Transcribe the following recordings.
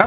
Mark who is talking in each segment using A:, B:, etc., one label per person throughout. A: อั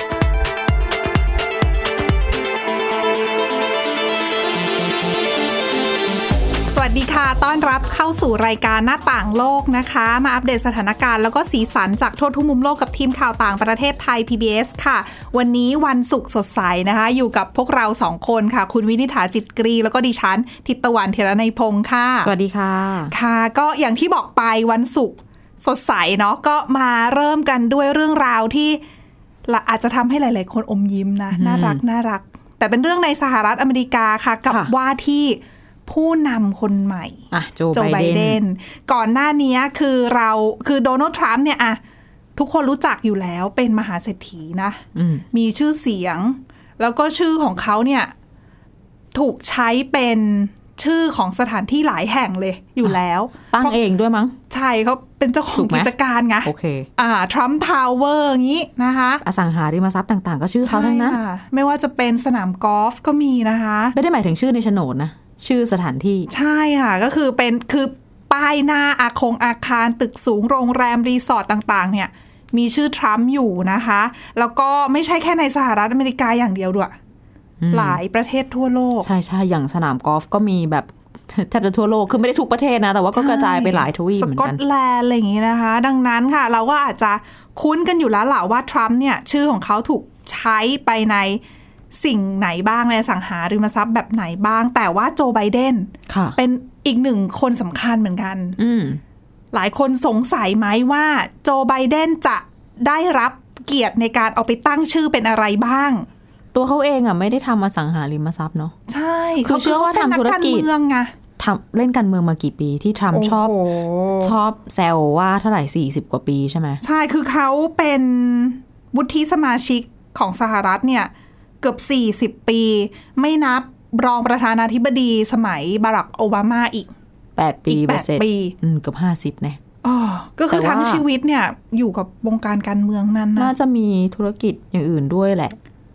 B: สวัสดีค่ะ ต้อนรับเข้าสู่รายการหน้าต่างโลกนะคะ มาอัปเดตสถานการณ์แล้วก็สีสันจากทั่วทุกมุมโลกกับทีมข่าวต่างประเทศไทย PBS ค่ะ วันนี้วันศุกร์สดใสนะคะ อยู่กับพวกเราสองคนค่ะ คุณวินิษฐาจิตกรี แล้วก็ดิฉัน ทิพย์ตะวันเทระในยพงค์ค่ะ
C: สวัสดีค่ะ
B: ค่ะก็อย่างที่บอกไปวันศุกร์สดใสเนาะก็มาเริ่มกันด้วยเรื่องราวที่ละอาจจะทำให้หลาย ๆ คนอมยิ้มนะ น่ารักน่ารัก แต่เป็นเรื่องในสหรัฐอเมริกาค่ะ กับ
C: ค่ะ
B: ว่าที่ผู้นำคนใหม่
C: อ่ะ โจ
B: โจไบ
C: ไบเด
B: เด
C: น
B: น ก่อนหน้านี้คือเราคือโดนัลด์ทรัมป์เนี่ยอะทุกคนรู้จักอยู่แล้วเป็นมหาเศรษฐีนะ
C: อืม
B: มีชื่อเสียง แล้วก็ชื่อของเขาเนี่ยถูกใช้เป็นชื่อของสถานที่หลายแห่งเลยอยู่แล้ว
C: ตั้ง
B: พราะ
C: เองด้วยมั้ง
B: ใช่เขาเป็นเจ้าขอ
C: ถู
B: ง
C: กไหม
B: กิจการไง
C: โอเค
B: อ่าทรัมป์ทาวเวอร์งี้นะคะ
C: อสังหาริมทรัพย์ต่างๆ ก็ชื่อเขาทั้งนั้น
B: ใช่ค่ะไม่ว่าจะเป็นสนามกอล์ฟก็มีนะคะ
C: ไม่ได้หมายถึงชื่อในโฉนดนะ ชื่อสถานที่
B: ใช่ค่ะก็คือเป็นคือป้ายหน้าอาคงอาคารตึกสูงโรงแรมรีสอร์ทต่างๆ เนี่ย มีชื่อทรัมป์อยู่นะคะ แล้วก็ไม่ใช่แค่ในสหรัฐอเมริกาอย่างเดียวด้วย หลายประเทศทั่วโลก
C: ใช่ใช่อย่างสนามกอล์ฟก็มีแบบ แทบจะทั่วโลก คือไม่ได้ทุกประเทศนะ แต่ว่าก็กระจายไปหลายทวีป
B: ส
C: เหมือก
B: อ
C: นกัน
B: ตแลนด์อะไรอย่างนี้นะคะ ดังนั้นค่ะ เราก็อาจจะคุ้นกันอยู่แล้วแหละว่าทรัมป์เนี่ย ชื่อของเขาถูกใช้ไปในสิ่งไหนบ้างในอสังหาริมทรัพย์แบบไหนบ้าง แต่ว่าโจไบเดน
C: ค่ะ
B: เป็นอีกหนึ่งคนสำคัญเหมือนกัน
C: อืม
B: หลายคนสงสัยไหมว่าโจไบเดนจะได้รับเกียรติในการเอาไปตั้งชื่อเป็นอะไรบ้าง
C: ตัวเขาเองอ่ะไม่ได้ทำอสังหาริมทรัพย์เนาะ
B: ใช่
C: คือเชื่อว่าทำธุรกิจ
B: เขาเป็นนัเมืองไง
C: ทำเล่นการเมืองมากี่ปีที่ทรัมป์ชอบ
B: โโห
C: ชอบแซวว่าเท่าไหร่ 40 กว่าปีใช่ไหม
B: ใช่ คือเขาเป็นวุฒิสมาชิกของสหรัฐเนี่ยเกือบ 40 ปี ไม่นับรองประธานาธิบดีสมัยบารักโอบามาอีก
C: 8 ปี
B: อีก
C: เบ็ดเสร็จ
B: 8ปี
C: อืมเกือบห้าสิบ50เนี่ย
B: อ๋อก็คือ
C: แต่ว่า
B: ทั้งชีวิตเนี่ยอยู่กับวงการการเมืองนั้น
C: น่า
B: นะ
C: จะมีธุรกิจอย่างอื่นด้วยแหละ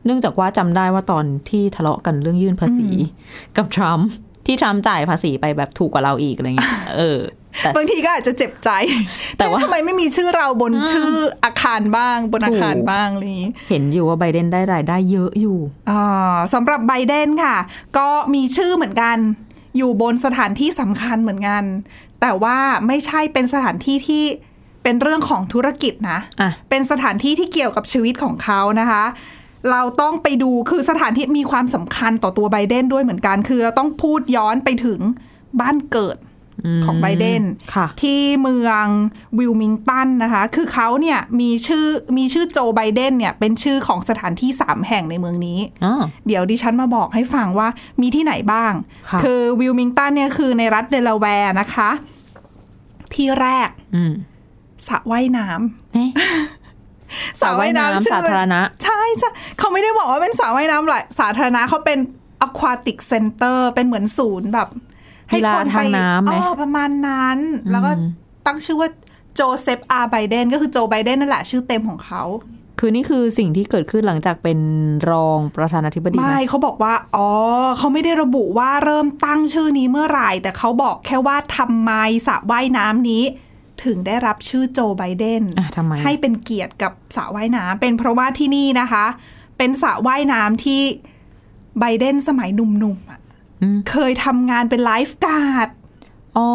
C: เนื่องจากว่าจำได้ว่าตอนที่ทะเลาะกันเรื่องยื่นภาษี กับทรัมป์ที่ทรัมป์จ่ายภาษีไปแบบถูกกว่าเราอีกอะไรเงี้ย เออ แต่
B: บางทีก็อาจจะเจ็บใจ
C: แต่ว่า
B: เอ๊ะทำไมไม่มีชื่อเราบนชื่ออาคารบ้าง บนอาคารบ้างอะไรอย่างนี้
C: เห็นอยู่ว่าไบเดนได้รายได้เยอะอยู่
B: อ่าสำหรับไบเดนค่ะ ก็มีชื่อเหมือนกัน อยู่บนสถานที่สำคัญเหมือนกัน แต่ว่าไม่ใช่เป็นสถานที่ที่เป็นเรื่องของธุรกิจนะ
C: อ่ะ
B: เป็นสถานที่ที่เกี่ยวกับชีวิตของเขานะคะ เราต้องไปดูคือสถานที่มีความสำคัญต่อตัวไบเดนด้วยเหมือนกัน คือเราต้องพูดย้อนไปถึงบ้านเกิดของไบเดน
C: ค่ะ
B: ที่เมืองวิลมิงตันนะคะ คือเขาเนี่ยมีชื่อมีชื่อโจไบเดนเนี่ยเป็นชื่อของสถานที่ 3 แห่งในเมืองนี้
C: อ๋อ
B: เดี๋ยวดิฉันมาบอกให้ฟังว่ามีที่ไหนบ้าง
C: ค่ะ
B: อวิลมิงตันเนี่ยคือในรัฐเดลาแวร์นะคะ ที่แรก
C: อืม
B: สระว่ายน้
C: เอ๊ะ
B: ำ
C: สระว่ายน้ำ
B: ชื่อ
C: สาธารณะ
B: ใช่ใช่เขาไม่ได้บอกว่าเป็นสระว่ายน้ำหลายสาธารณะเขาเป็น Aquatic Center เป็นเหมือนศูนย์แบบ ให้คนไป
C: กีฬาทางน้ำไหม
B: อ๋อประมาณนั้น แล้วก็ตั้งชื่อว่าโจเซฟอาร์ไบเดนก็คือโจไบเดนนั่นแหละชื่อเต็มของเขา
C: คือนี่คือสิ่งที่เกิดขึ้นหลังจากเป็นรองประธานาธิบดีไหม
B: ไม่เขาบอกว่า อ๋อเขาไม่ได้ระบุว่าเริ่มตั้งชื่อนี้เมื่อไหร่ แต่เขาบอกแค่ว่าทำไมสระว่ายน้ำนี้ ถึงได้รับชื่อโจไบเดน
C: อ่ะทำไม
B: ให้เป็นเกียรติกับสระว่ายน้ำเป็นเพราะว่าที่นี่นะคะ เป็นสระว่ายน้ำที่ไบเดนสมัยหนุ่มๆอะ
C: อืม
B: เคยทำงานเป็นไลฟ์การ์ด
C: อ๋อ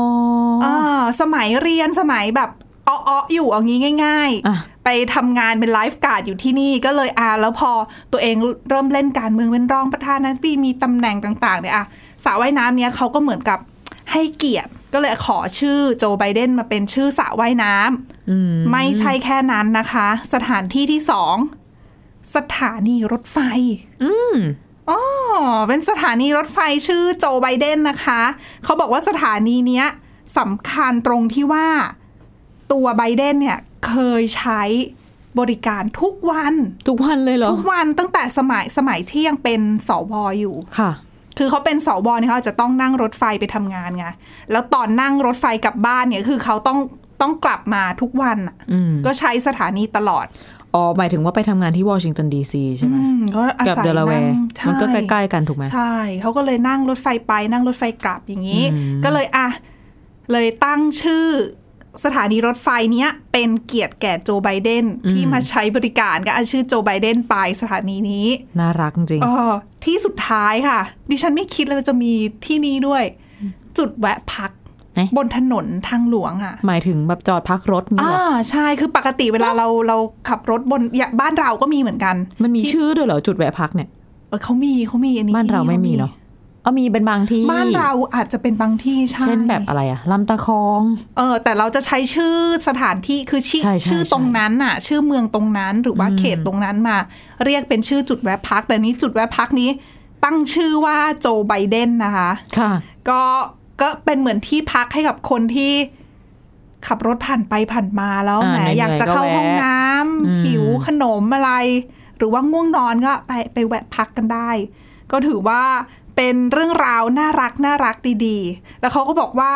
C: อ
B: าสมัยเรียนสมัยแบบอ้อๆอยู่เอางี้ง่าย
C: อ่ะ
B: ๆ ไปทำงานเป็นไลฟ์การ์ดอยู่ที่นี่ก็เลยอ่าแล้วพอตัวเองเริ่มเล่นการเมืองเป็นรองประธานาธิบดีมีตำแหน่งต่าง ๆเนี่ยอ่ะสระว่ายน้ำเนี้ยเขาก็เหมือนกับให้เกียรติ ก็เลยขอชื่อโจไบเดนมาเป็นชื่อสระว่ายน้ำไม่ใช่แค่นั้นนะคะ สถานที่ที่สองสถานีรถไฟ อ๋อ เป็นสถานีรถไฟชื่อโจไบเดนนะคะ เขาบอกว่าสถานีเนี้ยสำคัญตรงที่ว่าตัวไบเดนเนี่ยเคยใช้บริการทุกวัน
C: ทุกวันเล ยเหรอ
B: ทุกวันตั้งแต่สมัยสมัยที่ยังเป็นสวอยู่
C: ค่ะ
B: คือเขาเป็นสวเนี่ยเขาอาจจะต้องนั่งรถไฟไปทำงานไง แล้วตอนนั่งรถไฟกลับบ้านเนี่ยคือเขาต้องต้องกลับมาทุกวันน่ะ
C: อืม
B: ก็ใช้สถานีตลอด
C: อ๋อหมายถึงว่าไปทำงานที่วอชิงตันดีซีใช่ไหม
B: อืมก็อา
C: กับ
B: ศัย
C: เดลาแว
B: นั่ง
C: ร์
B: ใช่
C: มันก็ใกล้ๆกันถูกไหม
B: ใช่เขาก็เลยนั่งรถไฟไปนั่งรถไฟกลับอย่างนี้
C: อืม
B: ก็เลยอ่ะเลยตั้งชื่อสถานีรถไฟเนี้ยเป็นเกียรติแก่โจไบเดนที่มาใช้บริการก็เอาชื่อโจไบเดนไปสถานีนี้
C: น่ารักจริง
B: เออที่สุดท้ายค่ะ ดิฉันไม่คิดเลยว่าจะมีที่นี้ด้วย จุดแวะพัก
C: ไหน
B: บนถนนทางหลวงอ่ะ
C: หมายถึงแบบจอดพักรถนี่
B: อ่า
C: เหรอ
B: ใช่คือปกติเวลาเราเราขับรถบนอย่าบ้านเราก็มีเหมือนกัน
C: มันมีชื่อด้วยเหรอจุดแวะพักเนี่ย
B: เออเขามีเขามีอันนี้
C: บ้านเรา
B: ที่
C: ไม่มีเนาะเอามีเป็นบางที่
B: บ้านเราอาจจะเป็นบางที่ใช่
C: เช่นแบบอะไรอะลำตะคอง
B: เออแต่เราจะใช้ชื่อสถานที่คือชื่อ
C: ใช่ใช่
B: ชื่อ
C: ใช่
B: ตรงนั้นน่ะ ชื่อเมืองตรงนั้นหรือว่าเขตตรงนั้นมา เรียกเป็นชื่อจุดแวะพัก แต่นี้จุดแวะพักนี้ ตั้งชื่อว่าโจไบเดนนะคะ
C: ค่ะ
B: ก็ก็เป็นเหมือนที่พักให้กับคนที่ขับรถผ่านไปผ่านมาแล้ว
C: อ่า
B: แหม
C: เหนื่อยๆ
B: อยากจะเข้า
C: ก็แวะ
B: ห้องน้ำ
C: อืม
B: หิวขนมอะไร หรือว่าง่วงนอนก็ไปไปแวะพักกันได้ ก็ถือว่าเป็นเรื่องราวน่ารักน่ารักดีๆ แล้วเขาก็บอกว่า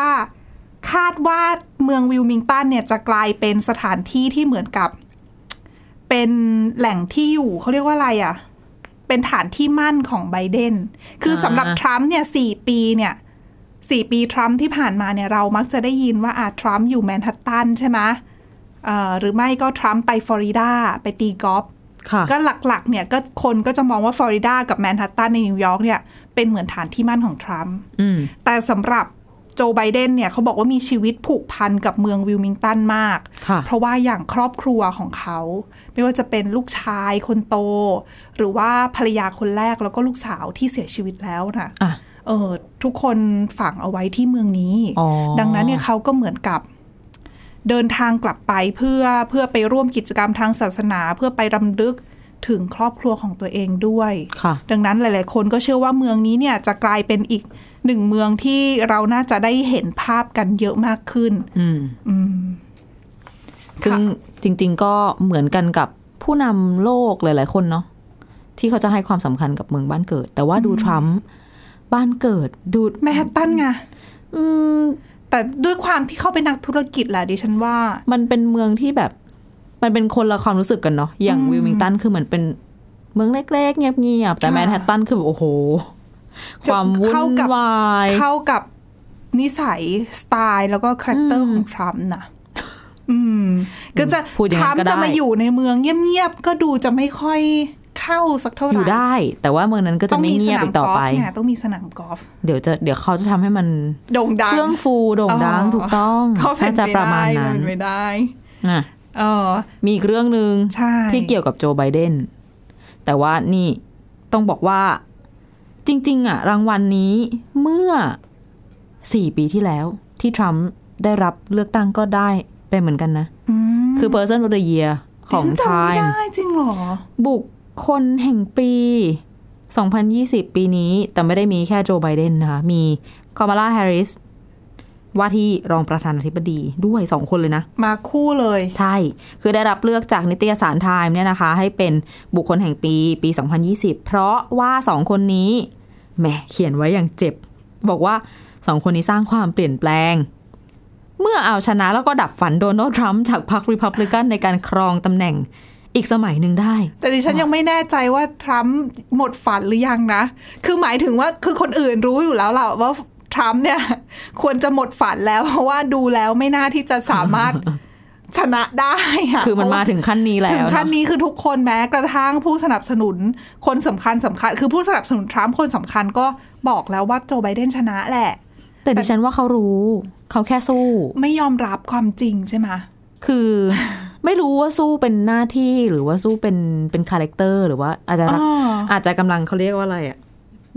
B: คาดว่าเมืองวิลมิงตันเนี่ยจะกลายเป็นสถานที่ที่เหมือนกับ เป็นแหล่งที่อยู่เขาเรียกว่าอะไรอะ่ะ เป็นฐานที่มั่นของไบเดน คือสำหรับ
C: อ่า
B: ทรัมป์เนี่ยสี่ปีเนี่ย สี่ปีทรัมป์ที่ผ่านมาเนี่ยเรามักจะได้ยินว่าอาทรัมป์อยู่แมนฮัตตันใช่ไหมเอ่อหรือไม่ก็ทรัมป์ไปฟลอริดาไปตีกอล์ฟ
C: ค่ะ
B: ก็หลักๆเนี่ยก็คนก็จะมองว่าฟลอริดากับแมนฮัตตันในนิวยอร์กเนี่ยเป็นเหมือนฐานที่มั่นของทรัมป์
C: อืม
B: แต่สำหรับโจไบเดนเนี่ยเขาบอกว่ามีชีวิตผูกพันกับเมืองวิลมิงตันมาก
C: ค่ะ
B: เพราะว่าอย่างครอบครัวของเขา ไม่ว่าจะเป็นลูกชายคนโต หรือว่าภรรยาคนแรกแล้วก็ลูกสาวที่เสียชีวิตแล้วนะ
C: อ่ะ
B: เออทุกคนฝังเอาไว้ที่เมืองนี้
C: อ๋อ
B: ดังนั้นเนี่ยเขาก็เหมือนกับเดินทางกลับไปเพื่อเพื่อไปร่วมกิจกรรมทางศาสนา เพื่อไปรำลึกถึงครอบครัวของตัวเองด้วย
C: ค่ะ
B: ดังนั้นหลาย ๆ คนก็เชื่อว่าเมืองนี้เนี่ยจะกลายเป็นอีกหนึ่งเมืองที่เราน่าจะได้เห็นภาพกันเยอะมากขึ้น
C: อืม
B: อืม
C: ซึ่งจริง ๆ ก็เหมือนกันกับผู้นำโลกหลาย ๆ คนเนาะที่เขาจะให้ความสำคัญกับเมืองบ้านเกิด แต่ว่าดูทรัมป์บ้านเกิดดู
B: แมนฮัตตันไง
C: อืม
B: แต่ด้วยความที่เขาเป็นนักธุรกิจแหละดิฉันว่า
C: มันเป็นเมืองที่แบบ มันเป็นคนละความรู้สึกกันเนาะอย่างวิลมิงตันคือเหมือนเป็นเมืองเล็กๆเงียบๆแต่
B: ค่ะ
C: แมนฮัตตันคือแบบโอ้โห
B: จะ
C: ความวุ่
B: เข้านกับ
C: วาย
B: เข้ากับนิสัยสไตล์แล้วก็คาแรคเตอร์ของทรัมป์นะอืม ก็จะ
C: พูดอย่า
B: ท
C: ง
B: รัม
C: นั้น
B: ป์
C: ก็
B: จะ
C: ได้
B: มาอยู่ในเมืองเงียบๆ ก็ดูจะไม่ค่อยเข้าสักเท่าไห
C: อยู่
B: ร่
C: ได้ แต่ว่าเมืองนั้นก็จะ
B: ต้อง
C: ไม่
B: มีส
C: เงียบ
B: นาม
C: อีกต่อก
B: อล์ฟ
C: ไป
B: ไงต้องมีสนามกอล์ฟ
C: เดี๋ยวจะเดี๋ยวเขาจะทำให้มัน
B: โด่งดัง
C: เฟื่องฟูโด่งดังถูกต้อง
B: เขาเป็
C: น่าน จะ
B: ไป
C: ประมา
B: ได้
C: ณ
B: เป็
C: นั้น
B: นไปได้
C: นะ
B: เออ
C: มีอีกเรื่องหนึ่ง
B: ใช่
C: ที่เกี่ยวกับโจไบเดนแต่ว่านี่ต้องบอกว่า จริง ๆอะรางวัลนี้เมื่อสี่ปีที่แล้ว ที่ทรัมป์ได้รับเลือกตั้งก็ได้ไปเหมือนกันนะ
B: อืม
C: คือ Person of the Year ของ
B: ดิฉันจำไม่
C: Time
B: ได้จริงเหรอ
C: บุคคลแห่งปี 2020 ปีนี้ แต่ไม่ได้มีแค่โจไบเดนนะคะ มีคามาลาแฮร์ริส ว่าที่รองประธานาธิบดีด้วย 2 คนเลยนะ
B: มาคู่เลย
C: ใช่ คือได้รับเลือกจากนิตยสารไทม์เนี่ยนะคะ ให้เป็นบุคคลแห่งปีปี 2020 เพราะว่า 2 คนนี้แหมเขียนไว้อย่างเจ็บ บอกว่า 2 คนนี้สร้างความเปลี่ยนแปลง เมื่อเอาชนะแล้วก็ดับฝันโดนัลด์ทรัมป์จากพรรคริพับลิกันในการครองตำแหน่งอีกสมัยหนึ่งได้
B: แต่ดิฉันยังไม่แน่ใจว่าทรัมป์หมดฝันหรือยังนะ คือหมายถึงว่าคือคนอื่นรู้อยู่แล้วล่ะว่าทรัมป์เนี่ย ควรจะหมดฝันแล้ว เพราะว่าดูแล้วไม่น่าที่จะสามารถ ชนะได้ะ
C: คือมันมาถึงขั้นนี้แล้ว
B: ถึงขั้น
C: เนอะ
B: นี้คือทุกคนแม้กระทั่งผู้สนับสนุนคนสำคัญสำคัญ คือผู้สนับสนุนทรัมป์คนสำคัญก็บอกแล้วว่าโจไบเดนชนะแหละ
C: แต่ดิฉันว่าเขารู้ เขาแค่สู้
B: ไม่ยอมรับความจริงใช่ไหม
C: คือ ไม่รู้ว่าสู้เป็นหน้าที่หรือว่าสู้เป็นเป็นคาแรคเตอร์หรือว่าอาจจะรัก
B: อ้อ
C: อาจจะกำลังเขาเรียกว่าอะไรอ่ะ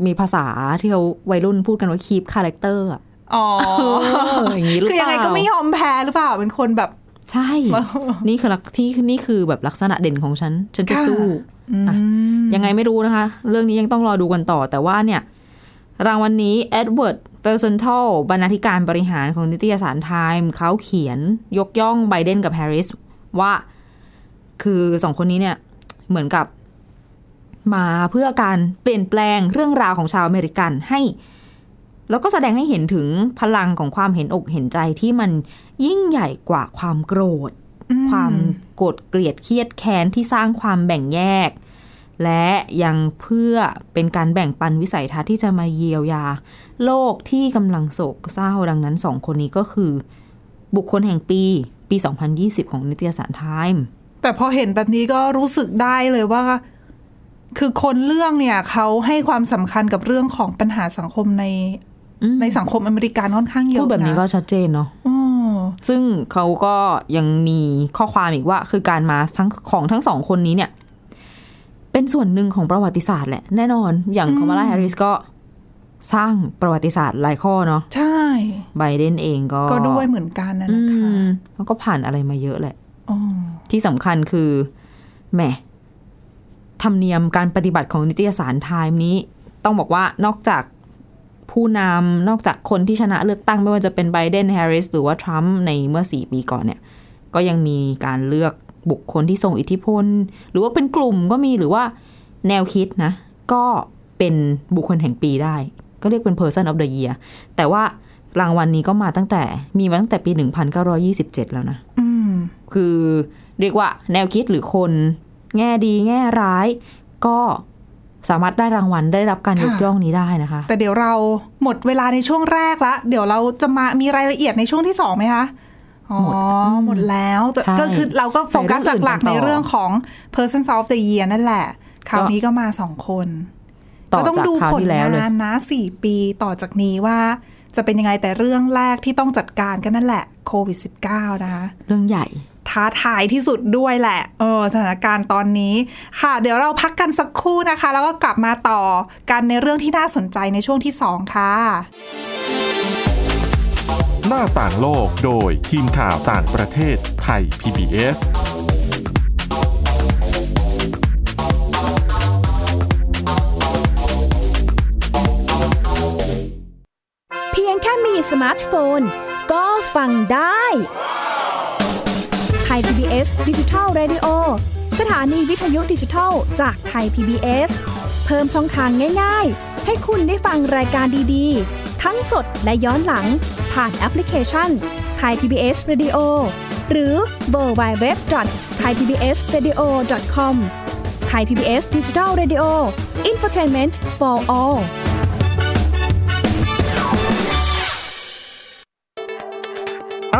C: มีภาษาที่เขาวัยรุ่นพูดกันว่าคีบคาแรคเตอร์อ่ะ
B: อ๋อ
C: เอออย่างนี้หรือ
B: คือ
C: เป
B: ยังไง
C: ล่า
B: ก็ไม่ยอมแพ้หรือเปล่าเป็นคนแบบ
C: ใช่ นี่คือลักที่นี่คือแบบลักษณะเด่นของฉัน ฉันจะ
B: ค่ะ
C: สู้
B: อืม
C: ยังไงไม่รู้นะคะ เรื่องนี้ยังต้องรอดูกันต่อ แต่ว่าเนี่ย รางวัลนนี้เอ็ดเวิร์ดเฟลเซนทัลบรรณาธิการบริหารของนิตยสารไทม์เขาเขียนยกย่องไบเดนกับแฮร์ริสว่าคือสองคนนี้เนี่ย เหมือนกับมาเพื่อการเปลี่ยนแปลงเรื่องราวของชาวอเมริกันให้ แล้วก็แสดงให้เห็นถึงพลังของความเห็นอกเห็นใจที่มันยิ่งใหญ่กว่าความโกรธ
B: อืม
C: ความ โกรธเกลียดเครียดแค้นที่สร้างความแบ่งแยก และยังเพื่อเป็นการแบ่งปันวิสัยทัศน์ที่จะมาเยียวยา โลกที่กำลังโศกเศร้าดังนั้นสองคนนี้ก็คือ บุคคลแห่งปีปี 2020 ของนิตยสารไทม์
B: แต่พอเห็นแบบนี้ก็รู้สึกได้เลยว่า คือคนเรื่องเนี่ยเขาให้ความสำคัญกับเรื่องของปัญหาสังคมในในสังคมอเมริกันค่อนข้างเยอะ
C: พูดแบบนี้ก็ชัดเจนเนาะ
B: อ๋อ
C: ซึ่งเขาก็ยังมีข้อความอีกว่า คือการมาทั้งของทั้งสองคนนี้เนี่ย เป็นส่วนหนึ่งของประวัติศาสตร์แหละ แน่นอนอย่างคามาลาแฮร์ริสก็สร้างประวัติศาสตร์หลายข้อเนาะ
B: ใช่
C: ไบเดนเองก็
B: ก็ด้วยเหมือนกันนะ
C: อื
B: นะคะ
C: มแล้วก็ผ่านอะไรมาเยอะแหละ
B: อ๋อ
C: ที่สำคัญคือแหมธรรมเนียมการปฏิบัติของนิตยสารไทม์นี้ ต้องบอกว่านอกจากผู้นำนอกจากคนที่ชนะเลือกตั้งไม่ว่าจะเป็นไบเดนแฮร์ริสหรือว่าทรัมป์ในเมื่อ 4 ปีก่อนเนี่ย ก็ยังมีการเลือกบุคคลที่ทรงอิทธิพล หรือว่าเป็นกลุ่มก็มีหรือว่าแนวคิดนะ ก็เป็นบุคคลแห่งปีได้ ก็เรียกเป็น Person of the Year แต่ว่ารางวัลนี้ก็มาตั้งแต่มีมาตั้งแต่ปี 1927 แล้วนะ
B: อืม
C: คือเรียกว่าแนวคิดหรือคน แง่ดีแง่ร้าย ก็สามารถได้รางวัลได้รับการยก
B: ค่ะ
C: ย่องนี้ได้นะคะ
B: แต่เดี๋ยวเราหมดเวลาในช่วงแรกละเดี๋ยวเราจะมามีรายละเอียดในช่วงที่สองไหมคะอ๋อ
C: หมดอืม
B: หมดแล้วแต่
C: ใช่
B: ก็คือเราก็โฟกัสหลักๆ
C: ไป
B: ใน
C: เรื่องอื่นกันต่อ
B: เรื่องของ Person of the Year นั่นแหละ คราวนี้ก็มาสองคน
C: ต่อ
B: ก็ต้อง
C: จาก
B: ดู
C: คราว
B: ผล
C: ที่แล้วเลย
B: งานนะสี่ปีต่อจากนี้ว่าจะเป็นยังไงแต่เรื่องแรกที่ต้องจัดการก็นั่นแหละโควิด -19 นะคะ
C: เรื่องใหญ่
B: ท้าทายที่สุดด้วยแหละ เออสถานการณ์ตอนนี้ ค่ะ เดี๋ยวเราพักกันสักครู่นะคะ แล้วก็กลับมาต่อกันในเรื่องที่น่าสนใจในช่วงที่ 2 ค่ะ
A: หน้าต่างโลกโดยทีมข่าวต่างประเทศไทย PBS
D: เพียงแค่มีสมาร์ทโฟน ก็ฟังได้ไทย PBS ดิจิทัล Radio สถานีวิทยุดิจิทัลจากไทย PBS เพิ่มช่องทางง่ายๆ ให้คุณได้ฟังรายการดีๆ ทั้งสดและย้อนหลัง ผ่านแอปพลิเคชันไทย PBS Radio หรือเวอร์ไบเว็บไทยพีบีเอสเรดิโอคอมไทยพีบีเอสดิจิทัลเรดิโออินฟอร์ทนเมนต์ for all
A: อ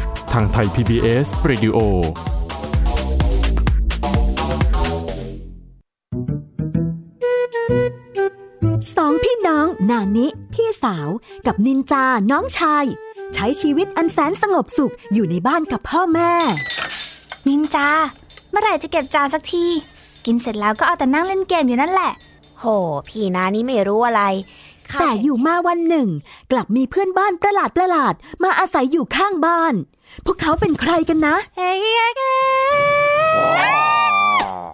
A: ทางไทย PBS Radio
E: สองพี่น้องนานิ พี่สาวกับนินจาน้องชาย ใช้ชีวิตอันแสนสงบสุขอยู่ในบ้านกับพ่อแม่
F: นินจา เมื่อไหร่จะเก็บจานสักที กินเสร็จแล้วก็เอาแต่นั่งเล่นเกมอยู่นั่นแหละ
G: โห พี่นานี่ไม่รู้อะไรข้า
E: แต่อยู่มาวันหนึ่ง กลับมีเพื่อนบ้านประหลาดประหลาดๆมาอาศัยอยู่ข้างบ้าน พวกเขาเป็นใครกันนะ
F: เฮ้ยเอ้ยเอ้ย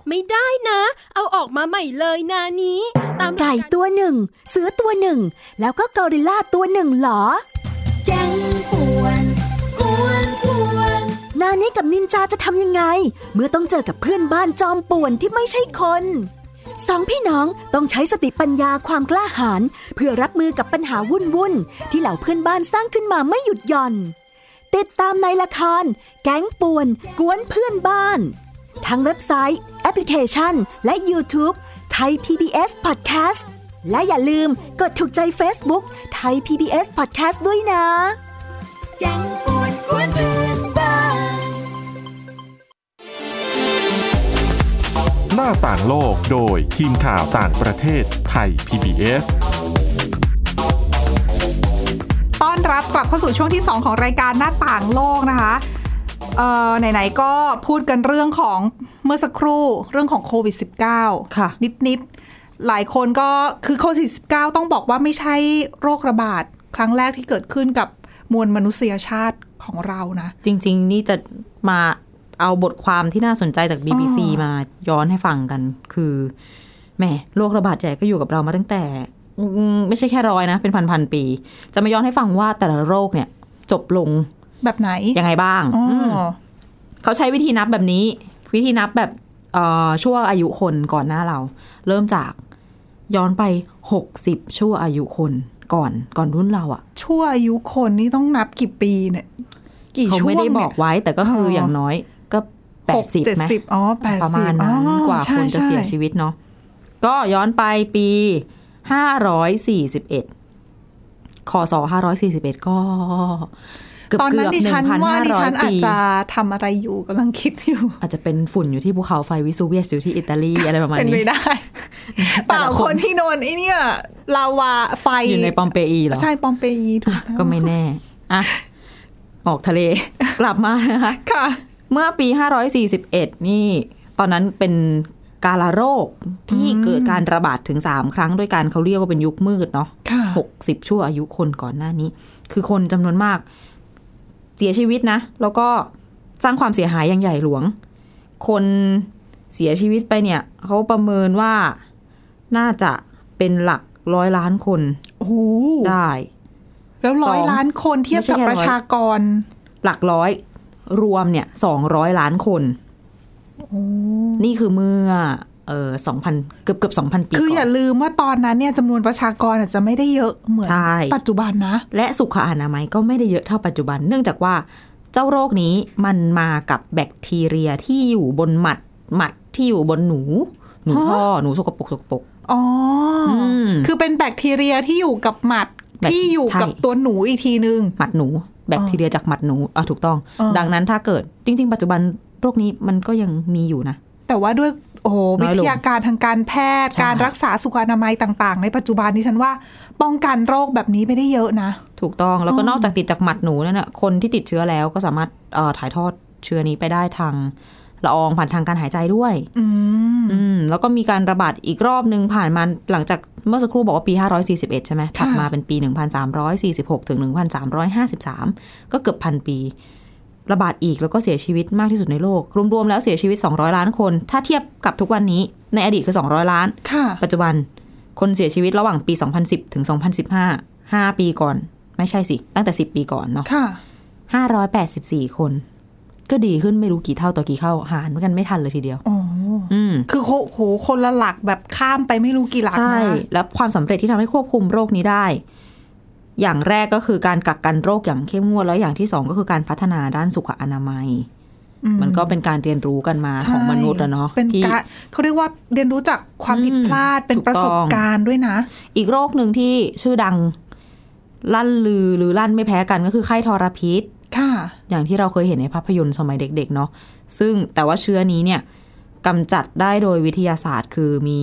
H: ไม่ได้นะ เอาออกมาใหม่เลยนานี้ ตาม
E: ไก่ตัวหนึ่ง เสือตัวหนึ่ง แล้วก็กอริลลาตัวหนึ่งเหรอ
G: แก๊งป่วนกวนกวน
E: นานิกับนินจาจะทำยังไง เมื่อต้องเจอกับเพื่อนบ้านจอมป่วนที่ไม่ใช่คนสองพี่น้องต้องใช้สติปัญญาความกล้าหาญเพื่อรับมือกับปัญหาวุ่นวุ่นๆที่เหล่าเพื่อนบ้านสร้างขึ้นมาไม่หยุดหย่อน ติดตามในละคร แก๊งป่วน กวนเพื่อนบ้าน ทั้งเว็บไซต์ แอปพลิเคชัน และ YouTube ไทย PBS Podcast และอย่าลืมกดถูกใจ Facebook ไทย PBS Podcast ด้วยนะ
G: แก๊งป่วนกวนเพื่อนบ้าน
A: หน้าต่างโลกโดยทีมข่าวต่างประเทศไทย PBS
B: ต้อนรับกลับเข้าสู่ช่วงที่ 2 ของรายการหน้าต่างโลกนะคะ เอ่อ ไหน ๆ ก็พูดกันเรื่องของเมื่อสักครู่เรื่องของโควิด -19
C: ค่ะ
B: นิด ๆ หลายคนก็คือโควิด19ต้องบอกว่าไม่ใช่โรคระบาด ครั้งแรกที่เกิดขึ้นกับมวลมนุษยชาติของเรานะ
C: จริง ๆ นี่จะมาเอาบทความที่น่าสนใจจาก BBC
B: อ๋อ
C: มาย้อนให้ฟังกัน คือแหมโรคระบาดใหญ่ก็อยู่กับเรามาตั้งแต่อืมไม่ใช่แค่ร้อยนะ เป็นพันๆปี จะมาย้อนให้ฟังว่าแต่ละโรคเนี่ยจบลง
B: แบบไหน
C: ยังไงบ้าง
B: อ๋อ
C: ม
B: อ
C: เขาใช้วิธีนับแบบนี้ วิธีนับแบบเอ่อชั่วอายุคนก่อนหน้าเรา เริ่มจากย้อนไป 60 ชั่วอายุคนก่อนก่อนรุ่นเราอะ
B: ชั่วอายุคนนี่ต้องนับกี่ปีเนี่ย กี่
C: เขา
B: ช่วง
C: ไม่ได้บ
B: เนี่
C: อย กไว้แต่ก็คือ
B: เอออ
C: อย่างน้อยก็
B: หก
C: 80
B: เจ็ด
C: ไหม
B: สิบอ๋อแปด
C: ประ
B: สิ
C: มา
B: บ
C: ณ
B: อ๋อ
C: นั้นกว่า
B: ใช่
C: คนจะเสีย
B: ใช่
C: ชีวิตเนาะก็ย้อนไปปี 541คศ541 ก็เกือบ
B: ตอนนั้น
C: เกือบ
B: ดิ
C: หนึ่
B: ฉัน
C: งพัน
B: ว่า
C: ห้า
B: ดิ
C: ร้อ
B: ฉั
C: ย
B: นอาจ
C: ปี
B: จะทำอะไรอยู่กำลังคิดอยู่
C: อาจจะเป็นฝุ่นอยู่ที่ภูเขาไฟวิซูเวียสอยู่ที่อิตาลีอะไรประมาณ
B: เป็นไป
C: นี้
B: ได้ เปล่าคนที่โดนไอ้เนี่ยลาวาไฟ
C: อยู่ในปอมเปอีเหรอ
B: ใช่ปอมเปอีถูก
C: ก็ไม่แน่ อ่ะ ออก ทะเล กลับมานะคะ
B: ค่ะ
C: เมื่อปี 541 นี่ ตอนนั้นเป็นกาลาโรคที่เกิดการระบาดถึง 3 ครั้งด้วยกันเขาเรียกว่าเป็นยุคมืดเนาะ
B: ค่ะ
C: 60 ชั่วอายุคนก่อนหน้านี้ คือคนจำนวนมาก เสียชีวิตนะ แล้วก็สร้างความเสียหายอย่างใหญ่หลวง คนเสียชีวิตไปเนี่ย เขาประเมินว่าน่าจะเป็นหลักร้อยล้านคน
B: โอ้โห
C: ได้
B: แล้วร้อย
C: สอง
B: ล้านคนเทียบกับ
C: ไม่ใช่แค่ร้
B: ป
C: อย
B: ระชากร
C: หลักร้อยรวมเนี่ยสองร้อยล้านคน นี่คือเมื่อเออสองพันเกือบเกือบสองพันปี
B: คืออ
C: ก่อน
B: ย่าลืมว่าตอนนั้นเนี่ยจำนวนประชากรอาจจะไม่ได้เยอะเหมือน
C: ใช่
B: ปัจจุบันนะ
C: และสุขอนามัยก็ไม่ได้เยอะเท่าปัจจุบัน เนื่องจากว่าเจ้าโรคนี้มันมากับแบคทีเรียที่อยู่บนหมัดหมัดที่อยู่บนหนู หนู
B: ฮะ
C: ท่อหนูสกปรกสกปรก
B: อ๋ออ
C: ม
B: คือเป็นแบคทีเรียที่อยู่กับหมัด
C: แบค
B: ที่อยู่
C: ใช่
B: กับตัวหนูอีกทีนึง
C: หมัดหนู แบคทีเรียจากหมัดหนูอ่ะถูกต้อง
B: อ๋อ
C: ดังนั้นถ้าเกิดจริง ๆ ปัจจุบันโรคนี้มันก็ยังมีอยู่นะ
B: แต่ว่าด้วยโอ้โหวิ
C: น้อยลง
B: ทยาการทางการแพทย์
C: ใช่
B: การรักษาสุขอนามัยต่าง ๆ ในปัจจุบันนี้ฉันว่า ป้องกันโรคแบบนี้ไม่ได้เยอะนะ
C: ถูกต้องแล้วก็
B: อ๋อ
C: นอกจากติดจากหมัดหนูนั่นนะคนที่ติดเชื้อแล้วก็สามารถเอ่อถ่ายทอดเชื้อนี้ไปได้ทางละอองผ่านทางการหายใจด้วย
B: อืม
C: อืมแล้วก็มีการระบาดอีกรอบหนึ่งผ่านมาหลังจากเมื่อสักครู่บอกว่าปี 541 ใช่ไหมถัดมาเป็นปี 1346 ถึง 1353 ก็เกือบพันปี ระบาดอีกแล้วก็เสียชีวิตมากที่สุดในโลก รวมๆแล้วเสียชีวิต 200 ล้านคน ถ้าเทียบกับทุกวันนี้ในอดีตคือ 200 ล้าน
B: ค่ะ
C: ปัจจุบันคนเสียชีวิตระหว่างปี 2010 ถึง 2015 5 ปีก่อน ไม่ใช่สิ ตั้งแต่ 10 ปีก่อนเนาะ
B: ค่ะ
C: 584 คน ก็ดีขึ้นไม่รู้กี่เท่าต่อกี่เท่าหารกันไม่ทันเลยทีเดียว
B: โอ้
C: อืม
B: คือโคโหคนละหลักแบบข้ามไปไม่รู้กี่หลัก
C: ใช่
B: นะ
C: และความสำเร็จที่ทำให้ควบคุมโรคนี้ได้ อย่างแรกก็คือการกักกันโรคอย่างเข้มงวด แล้วอย่างที่สองก็คือการพัฒนาด้านสุขอนามัย
B: อื
C: มันก็เป็นการเรียนรู้กันมา
B: ใช่
C: ของมนุษย์แล้วเนาะ
B: เป็น
C: ที่
B: การเขาเรียกว่าเรียนรู้จากความผิดพลาดเป็น
C: ถูก
B: ประสบ
C: ต้อง
B: การณ์ด้วยนะ
C: อีกโรคหนึ่งที่ชื่อดังลั่นลือหรือลั่นไม่แพ้กันก็คือไข้ทรพิษ
B: ค่ะ
C: อย่างที่เราเคยเห็นในภาพยนตร์สมัยเด็กๆเนาะซึ่งแต่ว่าเชื้อนี้เนี่ยกำจัดได้โดยวิทยาศาสตร์คือมี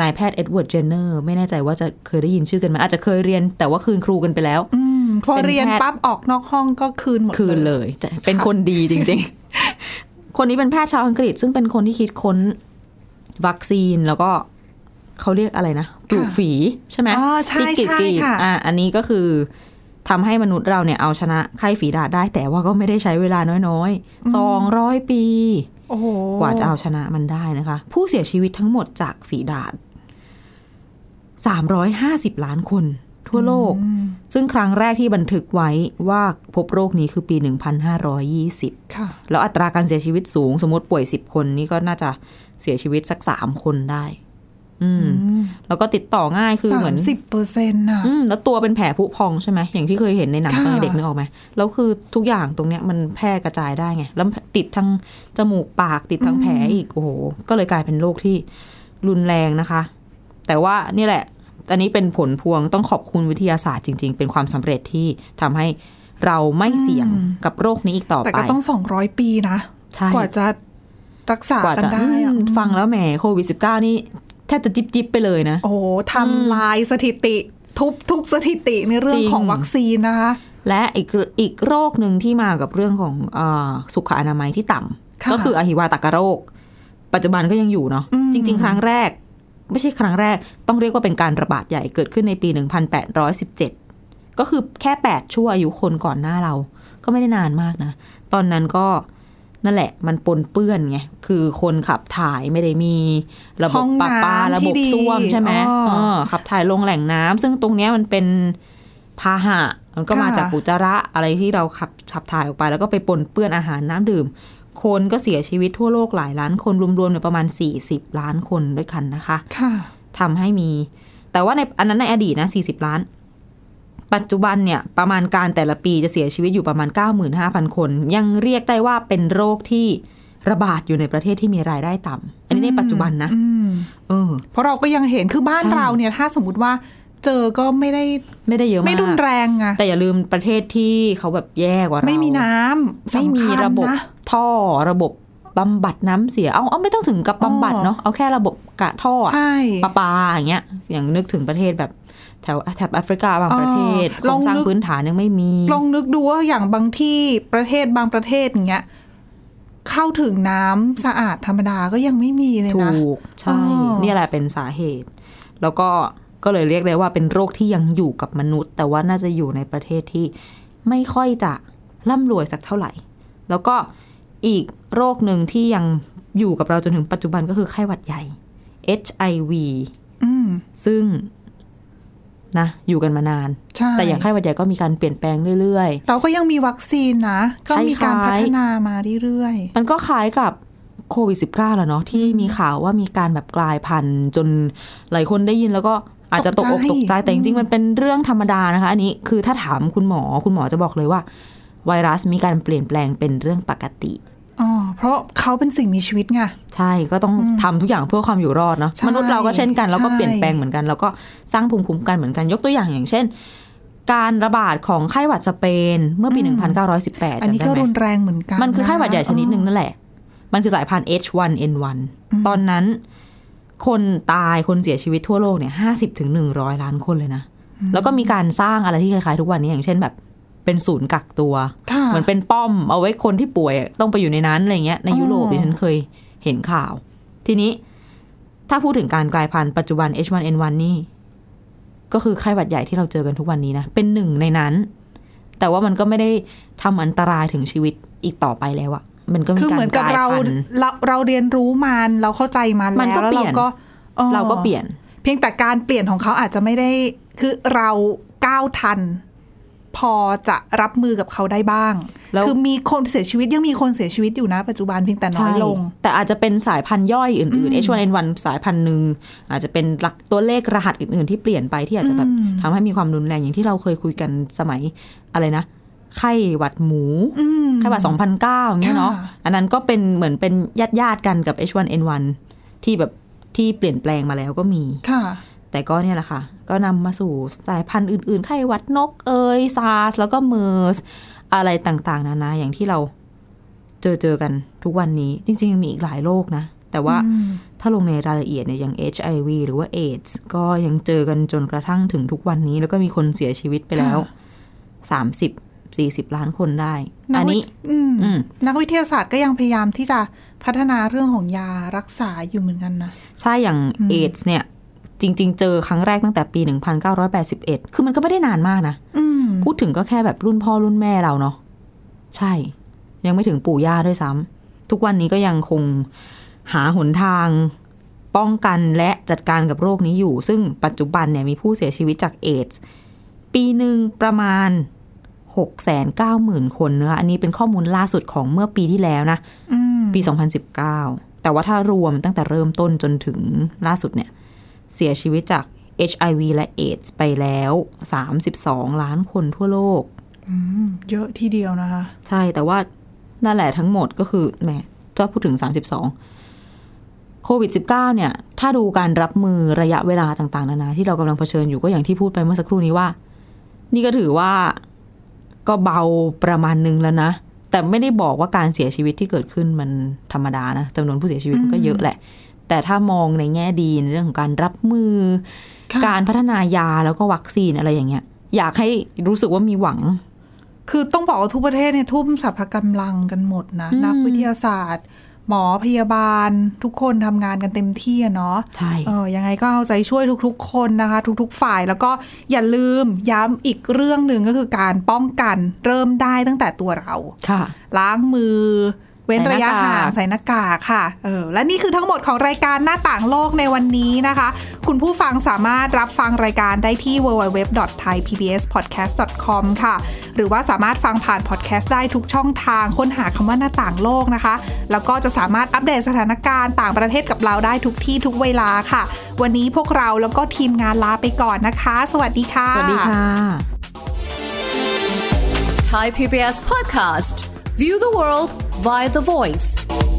C: นายแพทย์เอ็ดเวิร์ดเจเนอร์ไม่แน่ใจว่าจะเคยได้ยินชื่อกันไหมอาจจะเคยเรียนแต่ว่าคืนครูกันไปแล้ว
B: อืมพอ
C: เป็น
B: เรียน
C: แพทย์
B: ปั๊บออกนอกห้องก็คืนหมด
C: คืนเลยจะเป็นคนดีจริง ๆ คนนี้เป็นแพทย์ชาวอังกฤษ ซึ่งเป็นคนที่คิดค้นวัคซีนแล้วก็เขาเรียกอะไรนะปลูกฝีใช่ไหม
B: อ๋อใช่
C: ที่กรีด
B: ใช่
C: กรีด
B: ค่ะ
C: อ่ะอันนี้ก็คือทำให้มนุษย์เราเนี่ยเอาชนะไข้ฝีดาษได้ แต่ว่าก็ไม่ได้ใช้เวลาน้อยๆสองร้อยปี
B: โอ้โห
C: กว่าจะเอาชนะมันได้นะคะ ผู้เสียชีวิตทั้งหมดจากฝีดาษ350 ล้านคน ทั่วโลก ซึ่งครั้งแรกที่บันทึกไว้ว่าพบโรคนี้คือปี 1520
B: ค่ะ
C: แล้วอัตราการเสียชีวิตสูง สมมติป่วย 10 คนนี่ก็น่าจะเสียชีวิตสัก 3 คนได้ อืม แล้วก็ติดต่อง่ายคือ
B: สา
C: เหมือ
B: ม
C: น
B: สิบเปอร์เซ็นต์น่ะ
C: อืมแล้วตัวเป็นแผลผุพองใช่ไหมอย่างที่เคยเห็นในหนัง
B: ค่ะ
C: ตอนเด็กนึกออกไหมแล้วคือทุกอย่างตรงเนี้ยมันแพร่กระจายได้ไง แล้วติดทั้งจมูกปากติดทั้งแผลอีกโอ้โหก็เลยกลายเป็นโรคที่รุนแรงนะคะ แต่ว่านี่แหละ อันนี้เป็นผลพวงต้องขอบคุณวิทยาศาสตร์จริง ๆ เป็นความสำเร็จที่ทำให้เราไม่เสี่ยงกับโรคนี้อีกต่อไป
B: แต่ก็ต้องสองร้อยปีนะ
C: ใช่
B: กว่าจะรักษาก
C: ว่า
B: กัน
C: จะ
B: ได้อะ
C: อืมฟังแล้วแหมโควิด -19 นี่แทบจะจิบจิบๆไปเลยนะ
B: โอ้โหทำลายสถิติ ทุบทุกสถิติในเรื่อง
C: จริง
B: ของวัคซีนนะคะ
C: และอีกอีกโรคหนึ่งที่มากับเรื่องของอาสุขอนามัยที่ต่ำ
B: ค่ะ
C: ก็คืออหิวาตกโรค ปัจจุบันก็ยังอยู่เนาะ
B: อืม
C: จริง ๆ ครั้งแรก ไม่ใช่ครั้งแรก ต้องเรียกว่าเป็นการระบาดใหญ่เกิดขึ้นในปี 1817 ก็คือแค่ 8 ชั่วอายุคนก่อนหน้าเรา ก็ไม่ได้นานมากนะ ตอนนั้นก็นั่นแหละมันปนเปื้อนไง คือคนขับถ่ายไม่ได้มี ระบ
B: ห้
C: บ
B: อง
C: ปะปา
B: น้ำ
C: ระ
B: ที่
C: บบ
B: ดี
C: ส้วมใช่ไหม
B: อ๋อ
C: เออขับถ่ายลงแหล่งน้ำซึ่งตรงเนี้ยมันเป็นพาหะมันก็มา
B: ค่ะ
C: จากอุจจาระอะไรที่เราขับขับถ่ายออกไป แล้วก็ไปปนเปื้อนอาหารน้ำดื่ม คนก็เสียชีวิตทั่วโลกหลายล้านคนรวมๆเนี่ยประมาณ 40 ล้านคนด้วยกันนะคะ
B: ค่ะ
C: ทำให้มี แต่ว่าในอันนั้นในอดีตนะ 40 ล้าน ปัจจุบันเนี่ย ประมาณการแต่ละปีจะเสียชีวิตอยู่ประมาณ 95,000 คน ยังเรียกได้ว่าเป็นโรคที่ระบาดอยู่ในประเทศที่มีรายได้ต่ำอันนี้ในปัจจุบันนะ
B: อืม
C: เออ
B: เพราะเราก็ยังเห็นคือบ้าน
C: ใช่
B: เราเนี่ย ถ้าสมมติว่าเจอก็ไม่ได้
C: ไม่ได้เยอะมาก
B: ไม่รุนแรงอะ
C: แต่อย่าลืมประเทศที่เขาแบบแย่กว่าเรา
B: ไม่มีน้ำ
C: ไม่
B: สำ
C: มี
B: คัญ
C: ระบบ
B: นะ
C: ท่อระบบบำบัดน้ำเสีย เอาเอาไม่ต้องถึงกับบำบัด
B: อ๋อ
C: เนาะเอาแค่ระบบกะท่ออะ
B: ใช่
C: ประปาอย่างเงี้ยอย่างนึกถึงประเทศแบบแถวแถบแอฟริกาบางประเทศโครงสร้างพื้นฐานยังไม่มี
B: ลองนึกดูว่าอย่างบางที่ประเทศบางประเทศอย่างเงี้ยเข้าถึงน้ำสะอาดธรรมดาก็ยังไม่มีเลย
C: ถู
B: นะ
C: ก ใช่
B: อ๋อ
C: นี่แหละเป็นสาเหตุ แล้วก็ก็เลยเรียกได้ว่าเป็นโรคที่ยังอยู่กับมนุษย์ แต่ว่าน่าจะอยู่ในประเทศที่ไม่ค่อยจะร่ำรวยสักเท่าไหร่ แล้วก็อีกโรคหนึ่งที่ยังอยู่กับเราจนถึงปัจจุบันก็คือไข้หวัดใหญ่ HIV
B: อืม
C: ซึ่งนะอยู่กันมานาน
B: ใช่
C: แต่อย่างไข้หวัดใหญ่ก็มีการเปลี่ยนแปลงเรื่อย
B: เราก็ยังมีวัคซีนนะ ก็มีการ
C: คล้ายๆ
B: พัฒนามาเรื่อย
C: ๆ มันก็คล้ายกับโควิด -19 แหล้วเนาะที่มีข่าวว่ามีการแบบกลายพันธุ์ จนหลายคนได้ยินแล้วก็อาจจะตกอกตกใจ แต่จริงๆ มันเป็นเรื่องธรรมดานะคะ อันนี้คือถ้าถามคุณหมอคุณหมอจะบอกเลยว่า ไวรัสมีการเปลี่ยนแปลงเป็นเรื่องปกติ
B: ๆอ๋อเพราะเขาเป็นสิ่งมีชีวิตไง
C: ใช่ก็ต้องทำทุกอย่างเพื่อความอยู่รอดเนาะ
B: ใช่
C: มนุษย์เราก็เช่นกันเราก็
B: ใช่
C: เปลี่ยนแปลงเหมือนกัน แล้วก็สร้างภูมิคุ้มกันเหมือนกันยกตัวอย่างอย่างเช่น การระบาดของไข้หวัดสเปนเมื่อปี 1918
B: อัน
C: จำ
B: นี้
C: ได้
B: ก็
C: ไหม
B: รุนแรงเหมือนกัน
C: มันคือไข้หวัดใหญ่ชนิดหนึ่ง
B: นะ
C: นั่นแหละ มันคือสายพันธุ์ H1N1 ตอนนั้น คนตายคนเสียชีวิตทั่วโลกเนี่ยห้าสิบถึงหนึ่งร้อยล้านคนเลยนะ แล้วก็มีการสร้างอะไรที่คล้ายๆทุกวันนี้อย่างเช่นแบบเป็นศูนย์กักตัว
B: ค่ะ
C: เหมือนเป็นป้อมเอาไว้คนที่ป่วยต้องไปอยู่ในนั้นอะไรเงี้ยในยุโรป
B: อ๋อ
C: ดิฉันเคยเห็นข่าว ทีนี้ถ้าพูดถึงการกลายพันธุ์ปัจจุบัน H1N1 นี่ ก็คือไข้หวัดใหญ่ที่เราเจอกันทุกวันนี้นะ เป็นหนึ่งในนั้น แต่ว่ามันก็ไม่ได้ทำอันตรายถึงชีวิตอีกต่อไปแล้วอะมันก็มี
B: คือ
C: การ
B: เหมือน
C: ก
B: กับ
C: ลาย
B: เรา
C: พันธุ์
B: เราเราเรียนรู้มันเราเข้าใจมัน
C: มัน
B: แล้
C: ก็
B: วแล้ว
C: เป
B: เรา
C: ลี่ยน
B: ก็อ๋อ
C: เราก็เปลี่ยน
B: เพียงแต่การเปลี่ยนของเขาอาจจะไม่ได้คือเราก้าวทัน พอจะรับมือกับเขาได้บ้าง
C: แล้ว
B: คือมีคนเสียชีวิตยังมีคนเสียชีวิตอยู่นะ ปัจจุบันเพียงแต่น้อยลง
C: ใช่แต่อาจจะเป็นสายพันธุ์ย่อยอื่นๆ H1N1 สายพันธุ์หนึ่งอาจจะเป็นหลักตัวเลขรหัสอื่นๆ ที่เปลี่ยนไปที่อาจจะแบบ
B: อืม
C: ทำให้มีความรุนแรงอย่างที่เราเคยคุยกันสมัยอะไรนะ ไข้หวัดหมู
B: อืม
C: ไข้หวัด2009อย่างเงี้ยเนาะ
B: ค่ะ
C: อันนั้นก็เป็นเหมือนเป็นญาติๆกันกับ H1N1 ที่แบบที่เปลี่ยนแปลงมาแล้วก็มี
B: ค่ะ
C: แต่ก็เนี่ยแหละค่ะ ก็นำมาสู่สายพันธุ์อื่นๆ ไข้หวัดนกเอ่ยซาร์สแล้วก็เมอร์สอะไรต่างๆ นานาอย่างที่เราเจอเจอกันทุกวันนี้ จริงๆ ยังมีอีกหลายโรคนะ แต่ว่าถ้าลงในรายละเอียดเนี่ยอย่าง HIV หรือว่า AIDS ก็ยังเจอกันจนกระทั่งถึงทุกวันนี้ แล้วก็มีคนเสียชีวิตไปแล้ว 30 40 ล้านคนได้ อันนี้
B: อืม
C: อืม
B: นักวิทยาศาสตร์ก็ยังพยายามที่จะพัฒนาเรื่องของยารักษาอยู่เหมือนกันนะ
C: ใช่อย่าง
B: อืม
C: เอดส์เนี่ย จริง ๆ เจอครั้งแรกตั้งแต่ปี 1981 คือมันก็ไม่ได้นานมากนะ
B: อืม
C: พูดถึงก็แค่แบบรุ่นพ่อรุ่นแม่เราเนาะใช่ ยังไม่ถึงปู่ย่าด้วยซ้ำทุกวันนี้ก็ยังคงหาหนทางป้องกันและจัดการกับโรคนี้อยู่ ซึ่งปัจจุบันเนี่ยมีผู้เสียชีวิตจากเอดส์ปีหนึ่งประมาณ 6 9 0 0 0 0 คนนะคะอันนี้เป็นข้อมูลล่าสุดของเมื่อปีที่แล้วนะ
B: อืม
C: ปี 2019 แต่ว่าถ้ารวมตั้งแต่เริ่มต้นจนถึงล่าสุดเนี่ย เสียชีวิตจาก HIV และ AIDS ไปแล้ว 32 ล้านคนทั่วโลก
B: อืม เยอะทีเดียวนะคะ
C: ใช่แต่ว่านั่นแหละทั้งหมดก็คือแหมถ้าพูดถึง 32 โควิด -19 เนี่ย ถ้าดูการรับมือระยะเวลาต่าง ๆ นานาที่เรากำลังเผชิญอยู่ก็อย่างที่พูดไปเมื่อสักครู่นี้ว่า นี่ก็ถือว่าก็เบาประมาณนึงแล้วนะ แต่ไม่ได้บอกว่าการเสียชีวิตที่เกิดขึ้นมันธรรมดานะจำนวนผู้เสียชีวิตมันก็เยอะแหละ แต่ถ้ามองในแง่ดีในเรื่องของการรับมือ การพัฒนายาแล้วก็วัคซีนอะไรอย่างเงี้ย อยากให้รู้สึกว่ามีหวัง
B: คือต้องบอกว่าทุกประเทศเนี่ยทุ่มสรรพกำลังกันหมดนะ นักวิทยาศาสตร์ หมอพยาบาลทุกคนทำงานกันเต็มที่อะเนาะ
C: ใช่
B: เออยังไงก็เอาใจช่วยทุกๆ คนนะคะ ทุกๆฝ่ายแล้วก็อย่าลืมย้ำอีกเรื่องหนึ่งก็คือการป้องกันเริ่มได้ตั้งแต่ตัวเรา
C: ค่ะ
B: ล้างมือ เว้นระยะห่าง
C: ใส่หน้ากาก
B: ใส่หน้ากากค่ะเออและนี่คือทั้งหมดของรายการหน้าต่างโลกในวันนี้นะคะ คุณผู้ฟังสามารถรับฟังรายการได้ที่ www.thaipbspodcast.com ค่ะ หรือว่าสามารถฟังผ่านพอดแคสต์ได้ทุกช่องทางค้นหาคำว่าหน้าต่างโลกนะคะ แล้วก็จะสามารถอัปเดตสถานการณ์ต่างประเทศกับเราได้ทุกที่ทุกเวลาค่ะ วันนี้พวกเราแล้วก็ทีมงานลาไปก่อนนะคะ สวัสดีค่ะ
C: สวัสดีค่ะ
I: Thai PBS podcast. View the world via the voice.